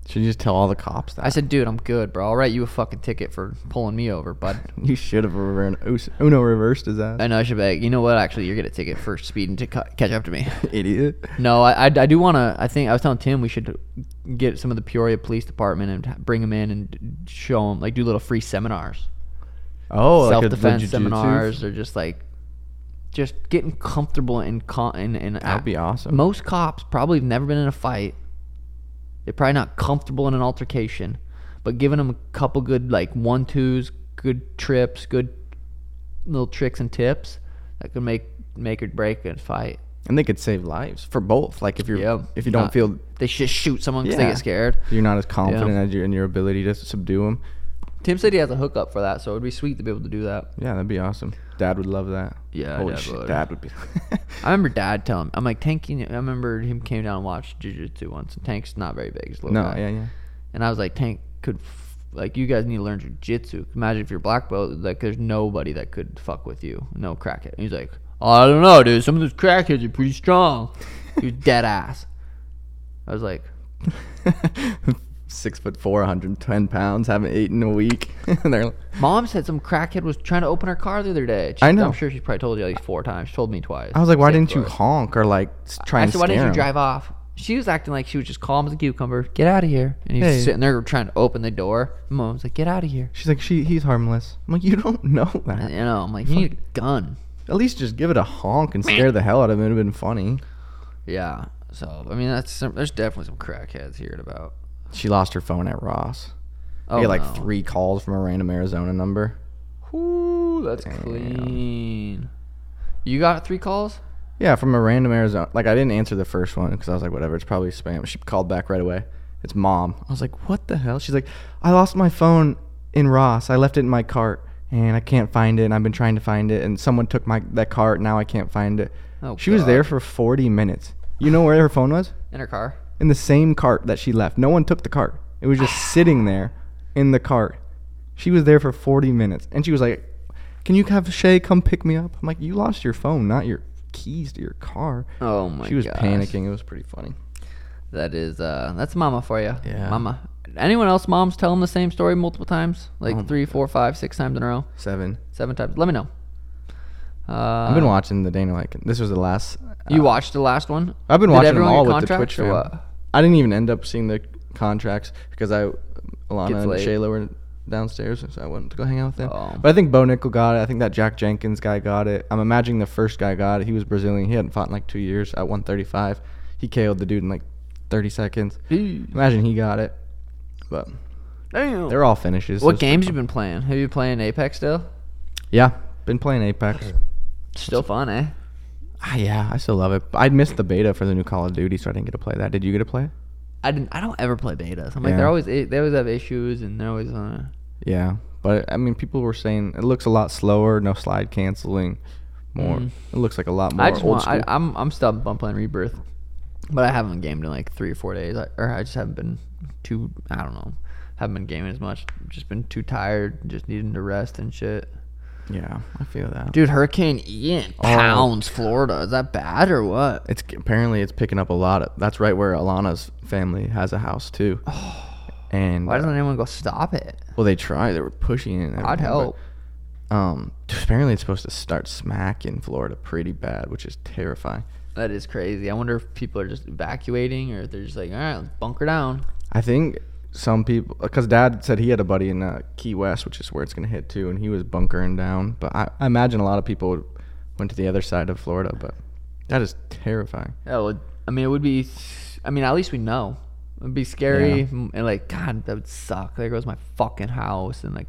Should you just tell all the cops that? I said, dude, I'm good, bro. I'll write you a fucking ticket for pulling me over, bud. you should have reversed. Uno reversed his ass. I know I should be like, you know what? Actually, you're gonna take it for speeding to ca- catch up to me. Idiot. No, I, I, I do want to. I think I was telling Tim we should get some of the Peoria Police Department and ha- bring them in and show them, like, do little free seminars, Oh, like a self defense jujitsu? seminars, or just like, just getting comfortable and con and, and That'd be awesome. Most cops probably have never been in a fight. They're probably not comfortable in an altercation, but giving them a couple good like one twos, good trips, good little tricks and tips that could make make or break a fight. and they could save lives for both. Like if you're Yeah, if you don't not- feel They should shoot someone because they Yeah. get scared. you're not as confident as you in your ability to subdue them. Tim said he has a hookup for that, so it would be sweet to be able to do that. Yeah, that'd be awesome. Dad would love that. Yeah, Holy Dad shit, would. Dad would be. I remember Dad telling me, I'm like, Tank, you know, I remember him came down and watched Jiu Jitsu once. And Tank's not very big. He's a little no, guy. yeah, yeah. And I was like, Tank could, f- like, you guys need to learn Jiu Jitsu. Imagine if you're black belt, like, there's nobody that could fuck with you. No crackhead. And he's like, oh, I don't know, dude. Some of those crackheads are pretty strong. You're dead ass. I was like, Six foot four, 110 pounds, haven't eaten in a week. and they're like, Mom said some crackhead was trying to open her car the other day. She, I know. I'm sure she's probably told you like four times. She told me twice. I was like, why Same didn't you story. honk or like s- try I and said, why scare didn't you him? drive off? She was acting like she was just calm as a cucumber. Get out of here. And he was Hey. sitting there trying to open the door. Mom was like, get out of here. She's like, she he's harmless. I'm like, you don't know And, that. you know, I'm like, you need a gun. At least just give it a honk and scare the hell out of him. It'd have been funny. Yeah. So, I mean, that's some, there's definitely some crackheads hearing about. She lost her phone at Ross. Oh, I get like no. three calls from a random Arizona number. Ooh, that's clean. You got three calls? Yeah, from a random Arizona. Like I didn't answer the first one because I was like, whatever, it's probably spam. She called back right away. It's mom. I was like, what the hell? She's like, I lost my phone in Ross. I left it in my cart and I can't find it. And I've been trying to find it and someone took my that cart. Now I can't find it. Oh, she was God. there for 40 minutes. You know where her phone was? In her car? In the same cart that she left. No one took the cart. It was just sitting there in the cart. She was there for 40 minutes and she was like, can you have Shay come pick me up? I'm like, you lost your phone, not your keys to your car Oh, my god. she was panicking. It was pretty funny. That is, uh, that's mama for you. Yeah. Mama. Anyone else moms tell them the same story multiple times? Like Oh my three, four, five, six times in a row? Seven. Seven times? Let me know. Uh, I've been watching the Dana White. This was the last. You uh, watched the last one? I've been Did watching them everyone all get with the contracts Twitch or fam. what? I didn't even end up seeing the contracts because I, Gets Alana and late. Shayla were downstairs, so I went to go hang out with them. Oh. But I think Bo Nickel got it. I think that Jack Jenkins guy got it. I'm imagining the first guy got it. He was Brazilian. He hadn't fought in like two years. At 135, he KO'd the dude in like 30 seconds. Damn. Imagine he got it. But they're all finishes. so what it's pretty games you fun. been playing? Have you been playing Apex still? Yeah, been playing Apex. Still fun, eh? Ah, yeah, I still love it. But I'd missed the beta for the new Call of Duty, so I didn't get to play that. Did you get to play? it? I didn't. I don't ever play betas. I'm like Yeah. they're always they always have issues and they're always uh, on. Yeah, but I mean, people were saying it looks a lot slower, no slide canceling, more. Mm. It looks like a lot more I just old want. I, school. I'm I'm still on playing Rebirth, but I haven't gamed in like three or four days. I, or I just haven't been too. I don't know. Haven't been gaming as much. Just been too tired. Just needing to rest and shit. yeah, I feel that. Dude, Hurricane Ian Oh. pounds Florida. Is that bad or what? It's apparently it's picking up a lot. Of, that's right where Alana's family has a house too. and Why uh, doesn't anyone go stop it? well, they try. They were pushing it. and I'd everything, but, help. um, apparently it's supposed to start smack in Florida pretty bad, which is terrifying. That is crazy. I wonder if people are just evacuating or if they're just like, all right, let's bunker down. I think some people, because Dad said he had a buddy in uh, Key West, which is where it's gonna hit too, and he was bunkering down. But I, I imagine a lot of people went to the other side of Florida. But that is terrifying. That would, I mean, it would be, I mean, at least we know. It'd be scary. Yeah. m- And like, God, that would suck. There goes my fucking house and like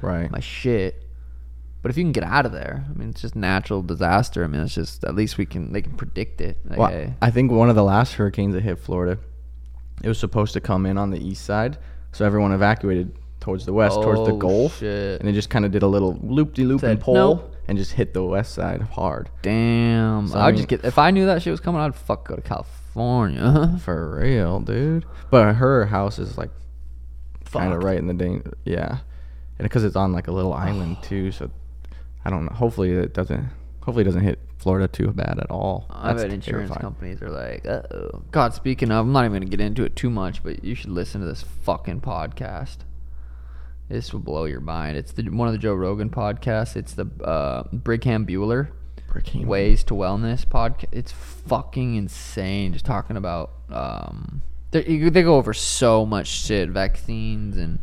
Right. my shit. But if you can get out of there, I mean, it's just natural disaster. I mean, it's just, at least we can, they can predict it. Like, Well, hey. I think one of the last hurricanes that hit Florida, it was supposed to come in on the east side, so everyone evacuated towards the west, towards the Oh, Gulf, shit. and it just kind of did a little loop de loop and Said, pole, "Nope." and just hit the west side hard. Damn. So, I'd I mean- just get, if I knew that shit was coming, I'd fuck go to California. For real, dude. But her house is like kind Fuck. of right in the danger. Yeah, and because it's on like a little island too, so I don't know. Hopefully it doesn't. Hopefully, it doesn't hit Florida too bad at all. I bet insurance terrifying. companies are like, uh oh. God, speaking of, I'm not even going to get into it too much, but you should listen to this fucking podcast. This will blow your mind. It's the, one of the Joe Rogan podcasts. It's the uh, Brigham Bueller Brigham. Ways to Wellness podcast. It's fucking insane. Just talking about, um, they, you- they go over so much shit vaccines and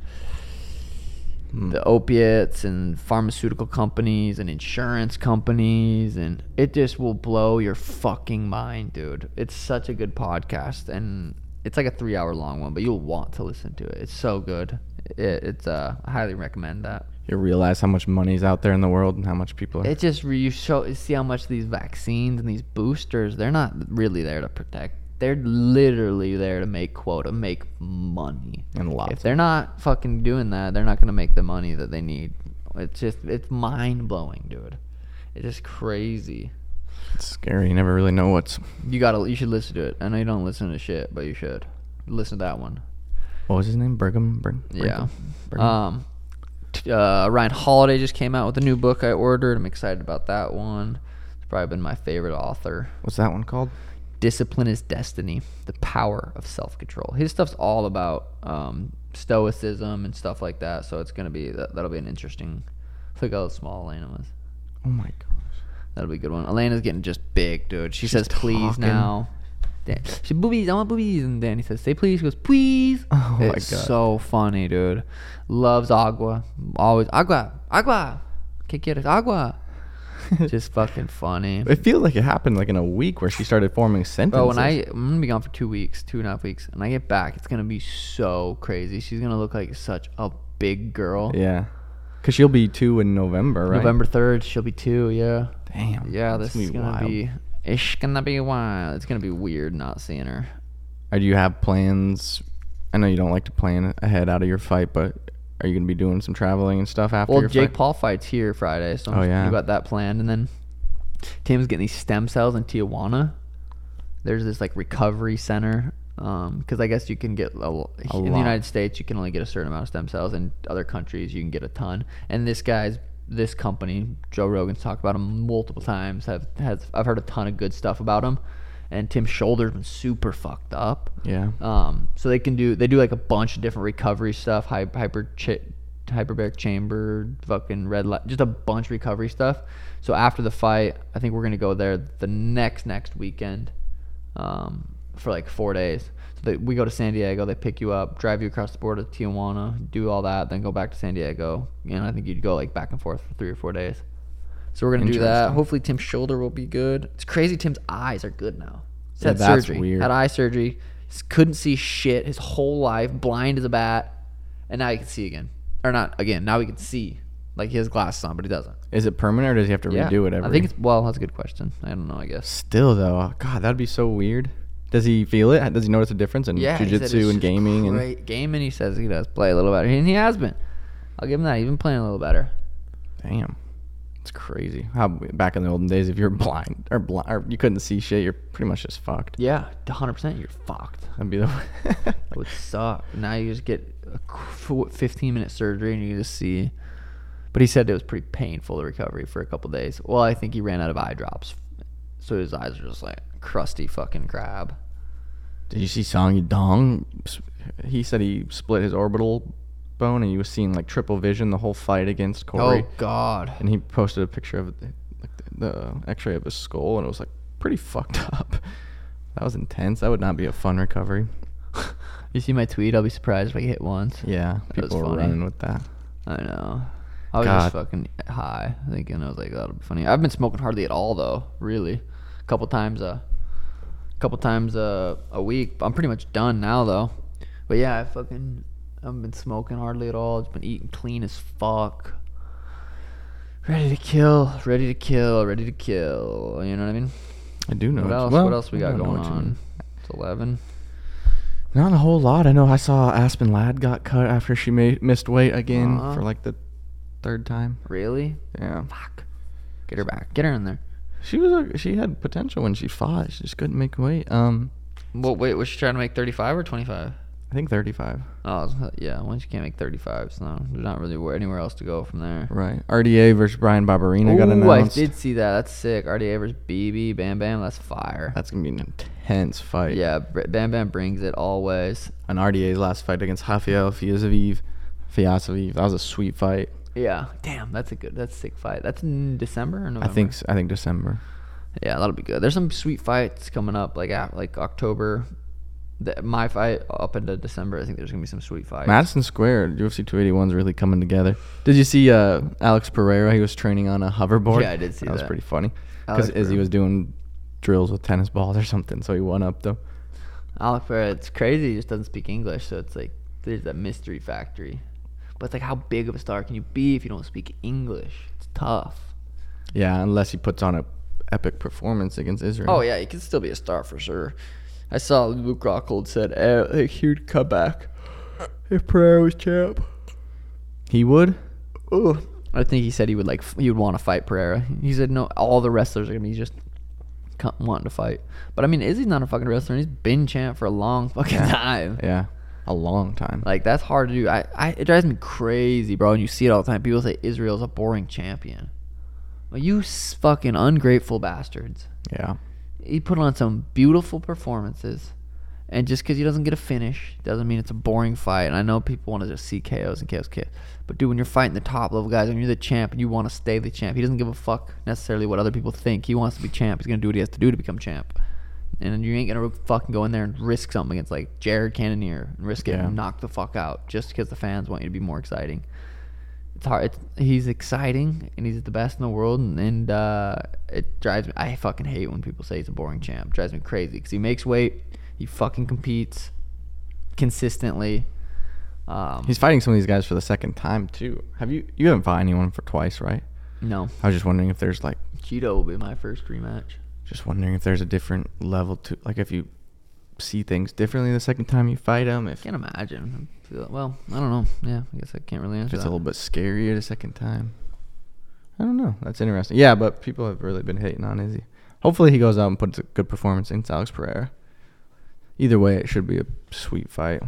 Hmm. the opiates and pharmaceutical companies and insurance companies and it just will blow your fucking mind dude it's such a good podcast and it's like a three hour long one but you'll want to listen to it it's so good it, it's uh i highly recommend that You realize how much money's out there in the world and how much people are. it just re- you show you see how much these vaccines and these boosters they're not really there to protect they're literally there to make quota make money and lots. if they're not fucking doing that, they're not gonna make the money that they need. It's just it's mind blowing, dude. It's just crazy. It's scary. You never really know what's. You gotta you should listen to it. I know you don't listen to shit, but you should listen to that one. What was his name? Brigham. Brig- Yeah. Brigham? Brigham? Um. t- Uh, Ryan Holiday just came out with a new book I ordered. I'm excited about that one. It's probably been my favorite author. What's that one called? Discipline is Destiny, The Power of Self Control. His stuff's all about um, stoicism and stuff like that. So it's going to be, that, that'll be an interesting, look how small Elena was. Oh my gosh. That'll be a good one. Elena's getting just big, dude. She She's says please talking. now. Dan- She boobies, I want boobies, and Danny says say please. She goes please. Oh my it's God. so funny, dude. Loves agua. Always agua, agua. Que quieres agua? just fucking funny. It feels like it happened like in a week where she started forming sentences. Bro, when I I'm gonna be gone for two weeks, two and a half weeks, and I get back, it's gonna be so crazy. She's gonna look like such a big girl. Yeah. Cause she'll be two in November, right? November third, she'll be two. Yeah. Damn. Yeah, that's this is gonna wild. be. It's gonna be wild. It's gonna be weird not seeing her. Or do you have plans? I know you don't like to plan ahead out of your fight, but are you gonna be doing some traveling and stuff after? Well, your Jake fight? Paul fights here Friday, so I'm Oh, just- yeah. you got that planned. And then Tim's getting these stem cells in Tijuana. There's this like recovery center because I guess you can get a, l- A in the lot. United States you can only get a certain amount of stem cells. In other countries you can get a ton. And this guy's this company Joe Rogan's talked about him multiple times. Have has I've heard a ton of good stuff about him. And Tim's shoulder's been super fucked up. Yeah. Um, so they can do they do like a bunch of different recovery stuff, hy- hyper chi- hyperbaric chamber, fucking red light, just a bunch of recovery stuff. So after the fight, I think we're gonna go there the next next weekend, um, for like four days. So they, we go to San Diego, they pick you up, drive you across the border to Tijuana, do all that, then go back to San Diego, and I think you'd go like back and forth for three or four days. So we're gonna do that. Interesting. Hopefully Tim's shoulder will be good. It's crazy. Tim's eyes are good now. He's Yeah, had that's surgery. weird. Had eye surgery. s- Couldn't see shit his whole life. Blind as a bat. And now he can see again. Or not again. Now he can see. Like he has glasses on, but he doesn't. Is it permanent or does he have to Yeah. redo it every? I think it's well. That's a good question. I don't know. I guess. Still though, God, that'd be so weird. Does he feel it? Does he notice a difference in Yeah. he said it's Mm, jujitsu and just gaming? And Great gaming. He says he does play a little better, and he has been. I'll give him that. He's been playing a little better. damn, it's crazy. How back in the olden days, if you're blind or blind or you couldn't see shit, you're pretty much just fucked. Yeah, 100. percent You're fucked. That'd be the. It would suck. Now you just get a qu- 15 minute surgery and you just see. But he said it was pretty painful the recovery for a couple days. Well, I think he ran out of eye drops, so his eyes are just like crusty fucking crab. Did you see Song Yudong? S- He said he split his orbital bone, and he was seeing like triple vision the whole fight against Corey. Oh God. And he posted a picture of the- like the the X-ray of his skull, and it was like pretty fucked up. That was intense. That would not be a fun recovery. You see my tweet? I'll be surprised if I hit once. Yeah, That was people were funny. running with that. I know. I was just God. fucking high thinking I was like that'll be funny. I've been smoking hardly at all though, really. A couple times a couple times a a week. I'm pretty much done now though. But yeah, I fucking I've been smoking hardly at all. Just been eating clean as fuck. Ready to kill, ready to kill, ready to kill. You know what I mean? I do know. what you- else? well, what else we got I don't know going what you on? mean. It's eleven. Not a whole lot. I know. I saw Aspen Ladd got cut after she made, missed weight again Aw. for like the third time. Really? Yeah, Fuck. Get her back. Get her in there. she was. A, she had potential when she fought. She just couldn't make weight. Um, What? Wait, was she trying to make thirty-five or twenty-five? I think 35. Oh yeah, once you can't make 35s, no, there's not really where- anywhere else to go from there. Right. RDA versus Brian Barberina got Ooh, I announced. did see that. That's sick. RDA versus BB Bam Bam. That's fire. That's gonna be an intense fight. yeah, Br- Bam Bam brings it always. And RDA's last fight against Rafael Fiazaviv. Fiazaviv. That was a sweet fight. Yeah. Damn, that's a good. That's a sick fight. That's in December or November. I think s- I think December. Yeah, that'll be good. There's some sweet fights coming up, like af like October. The, my fight up into December. I think there's gonna be some sweet fights. Madison Square, UFC 281 is really coming together. Did you see uh, Alex Pereira? He was training on a hoverboard. Yeah, I did see That was that. pretty funny. Alex Because Izzy Pereira. was doing drills with tennis balls or something, so he won up them. Alec Ferreira, it's crazy. He just doesn't speak English, so it's like there's that mystery factory. But it's like, how big of a star can you be if you don't speak English? It's tough. Yeah, unless he puts on a epic performance against Israel. Oh yeah, he can still be a star for sure. I saw Luke Rockhold said eh, like, he'd come back if Pereira was champ. He would? Ugh. I think he said he would like f- he would want to fight Pereira. He said no, all the wrestlers are gonna be just co- wanting to fight. But I mean, Izzy's not a fucking wrestler. and He's been champ for a long fucking time. Yeah. A long time. Like that's hard to do. I, I it drives me crazy, bro. And you see it all the time. People say Israel's a boring champion. Well, you s- fucking ungrateful bastards. yeah. He put on some beautiful performances, and just because he doesn't get a finish doesn't mean it's a boring fight. And I know people want to just see KOs and KOs, KOs. But dude, when you're fighting the top level guys and you're the champ and you want to stay the champ, he doesn't give a fuck necessarily what other people think. He wants to be champ. He's gonna do what he has to do to become champ. And you ain't gonna fucking go in there and risk something against like Jared Cannonier and risk getting Yeah. knocked the fuck out just because the fans want you to be more exciting. It's hard. It's, he's exciting and he's the best in the world, and, and uh, it drives me. I fucking hate when people say he's a boring champ. It drives me crazy because he makes weight, he fucking competes consistently. Um, He's fighting some of these guys for the second time too. Have you you haven't fought anyone for twice, right? no I was just wondering if there's like Cheeto will be my first rematch. just wondering if there's a different level to like if you see things differently the second time you fight them if Can't imagine. I feel- Well, I don't know. Yeah, I guess I can't really if answer it's a that. little bit scarier the second time. I don't know. That's interesting. Yeah, but people have really been hating on Izzy. Hopefully he goes out and puts a good performance against Alex Pereira. Either way, it should be a sweet fight.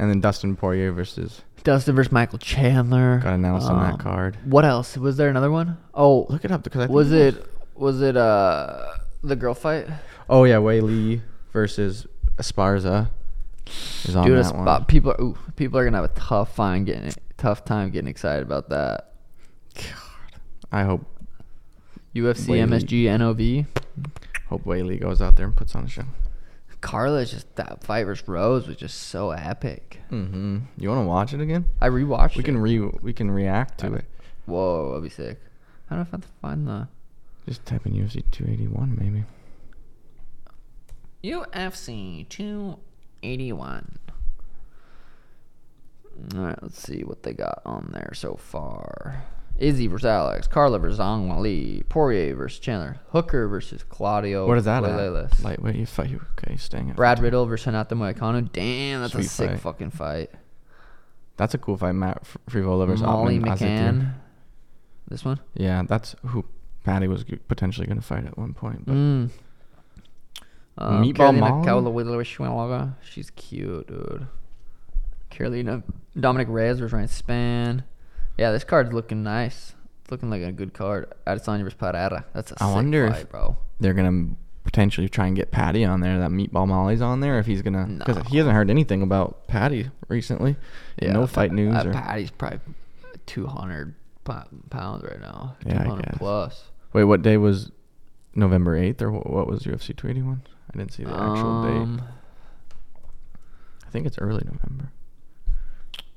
And then Dustin Poirier versus Dustin versus Michael Chandler Got announced on that Um, card. What else was there? Another one? Oh, Look it up because I think was it it was it uh the girl fight? Oh yeah, Wei Lee versus Esparza is on Dude, that it's one. about- people are ooh, people are gonna have a tough find getting tough time getting excited about that. I hope UFC, Whaley. MSG, NOV. hope Wei Lee goes out there and puts on a show. Carla's just that fight versus Rose was just so epic. Mm-hmm. You want to watch it again? I rewatched. We it. can re we can react to it. Whoa, that'd be sick. I don't know if I have to find the Just type in UFC 281 maybe. UFC 281. All right, let's see what they got on there so far. Izzy versus Alex, Carla versus Zhang Wali, Poirier versus Chandler, Hooker versus Claudio. what is that? Puleles, At? Lightweight. You fight. You, okay, you staying. At Brad Riddle versus Hinata Moicano. Damn, that's a Sweet sick fight. fucking fight. That's a cool fight. Matt Fr- Frivola versus Molly Othman Azzedine. McCann. This one? Yeah, that's who Patty was g- potentially going to fight at one point. But Mm. Um, Meatball Carolina Molly? Kaulawilawishwalaga. She's cute, dude. Carolina Dominic Reyes versus Ryan Span. Yeah, this card's looking nice. It's looking like a good card. Adesanya versus Parada. That's a I sick wonder if- fight, bro. they're going to potentially try and get Patty on there. That Meatball Molly's on there. If he's going to, because he hasn't heard anything about Patty recently. no fight Pa- news. Uh, or, Patty's probably 200 pou- pounds right now. Yeah, I 200 guess. plus. wait, what day was November eighth or what, what was UFC 281? I didn't see the actual Um, date. I think it's early November.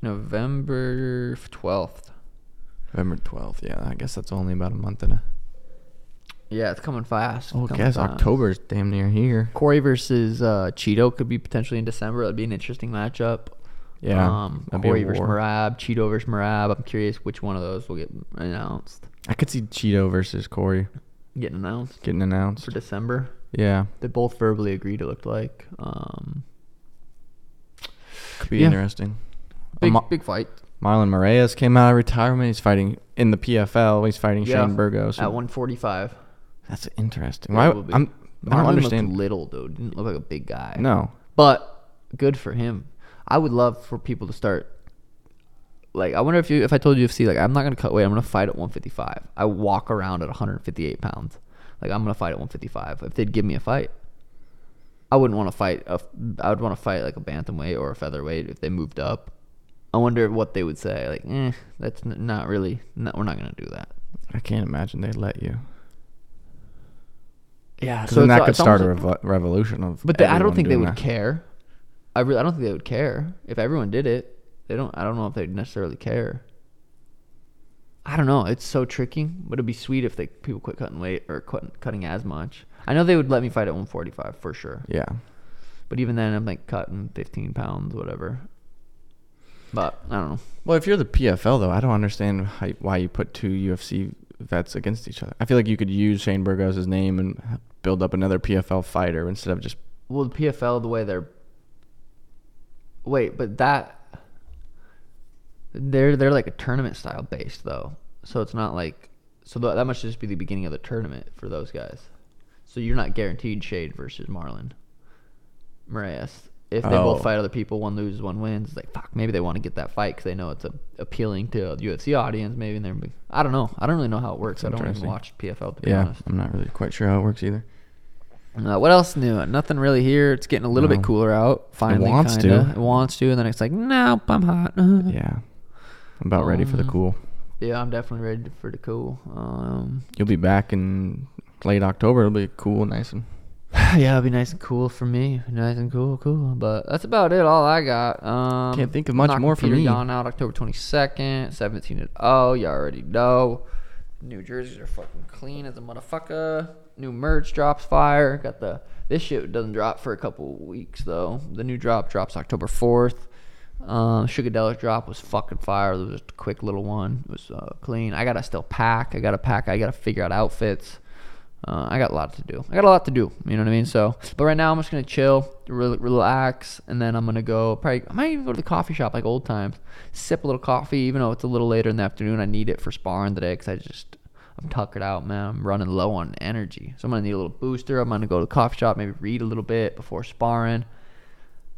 November 12th. November 12th. Yeah, I guess that's only about a month and a. Yeah, it's coming fast. Oh, I It's coming guess fast. October's damn near here. Corey versus uh, Cheeto could be potentially in December. That'd be an interesting matchup. Yeah, Um, that'd be a Corey versus war. Marab, Cheeto versus Marab. I'm curious which one of those will get announced. I could see Cheeto versus Corey Getting announced getting announced. for December. Yeah, They both verbally agreed. It looked like um, could be Yeah. interesting. big Mo- big fight. Marlon Moraes came out of retirement. He's fighting in the PFL. He's fighting Yeah, Shane Burgos. at 145. That's interesting. Yeah, Why? it will be. I'm, Marlon I don't looked understand. Little dude didn't look like a big guy. No, but good for him. I would love for people to start. Like, I wonder if you, if I told UFC, like, I'm not gonna cut weight. I'm gonna fight at 155. I walk around at 158 pounds. Like, I'm gonna fight at 155. If they'd give me a fight, I wouldn't want to fight. A, I would want to fight like a bantamweight or a featherweight if they moved up. I wonder what they would say. Like, eh, that's n- not really. No, we're not gonna do that. I can't imagine they'd let you. Yeah, Because then that could start a revolt. revo- revolution of. But they, I don't everyone think they doing would that. care. I really, I don't think they would care if everyone did it. They don't. I don't know if they'd necessarily care. I don't know. It's so tricky, but it'd be sweet if they people quit cutting weight or quit cutting as much. I know they would let me fight at 145 for sure, Yeah. but even then, I'm like cutting 15 pounds, whatever. But I don't know. Well, if you're the PFL though, I don't understand how, you- why you put two UFC vets against each other. I feel like you could use Shane Burgos' name and h- build up another PFL fighter instead of just. Well, the PFL, the way they're. Wait, but that. They're they're like a tournament style based though, so it's not like so tha- that must just be the beginning of the tournament for those guys. So you're not guaranteed Shade versus Marlon. Moraes. If they Oh. both fight other people, one loses, one wins. It's like fuck, maybe they want to get that fight because they know it's a, appealing to a UFC audience. Maybe and they're big- I don't know. I don't really know how it works. I don't even interesting. watch PFL to be Yeah, honest. I'm not really quite sure how it works either. Uh, what else new? Nothing really here. It's getting a little bit No. cooler out. Finally, wants to. kinda. It wants to, and then it's like, nope, I'm hot. yeah. Yeah, I'm about ready for the Um, cool. I'm definitely ready for the cool. Um, You'll be back in late October. It'll be cool, nice and. yeah, it'll be nice and cool for me. Nice and cool, cool. But that's about it. All I got. Um, Can't think of much knocking more for Peter me. Yan out October 22nd, 17 at oh, you already know. New jerseys are fucking clean as a motherfucker. New merch drops fire. Got the this shit doesn't drop for a couple weeks though. The new drop drops October 4th. Um, Sugadelic drop was fucking fire. It was just a quick little one. It was uh, clean. I gotta still pack. I gotta pack. I gotta figure out outfits. Uh, I got a lot to do. I got a lot to do. You know what I mean? So, but right now I'm just gonna chill, re- relax, and then I'm gonna go. Probably I might even go to the coffee shop like old times. Sip a little coffee, even though it's a little later in the afternoon. I need it for sparring today because I just I'm tuckered out, man. I'm running low on energy, so I'm gonna need a little booster. I'm gonna go to the coffee shop, maybe read a little bit before sparring.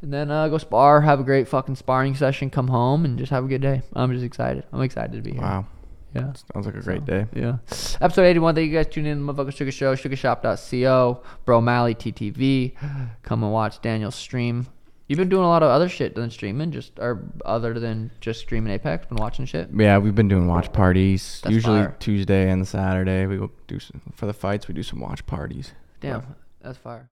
And then uh, go spar, have a great fucking sparring session, come home, and just have a good day. I'm just excited. I'm excited to be here. Wow, Yeah. sounds like a great day. Yeah. Episode 81. Thank you guys tuning in. Motherfucker Sugar Show, sugarshop.co, Bro Malley TTV. Come and watch Daniel's stream. You've been doing a lot of other shit than streaming, just or other than just streaming Apex. Been watching shit. Yeah, we've been doing watch parties. That's Usually fire. Tuesday and Saturday, we go do some, for the fights. We do some watch parties. Damn, that's fire.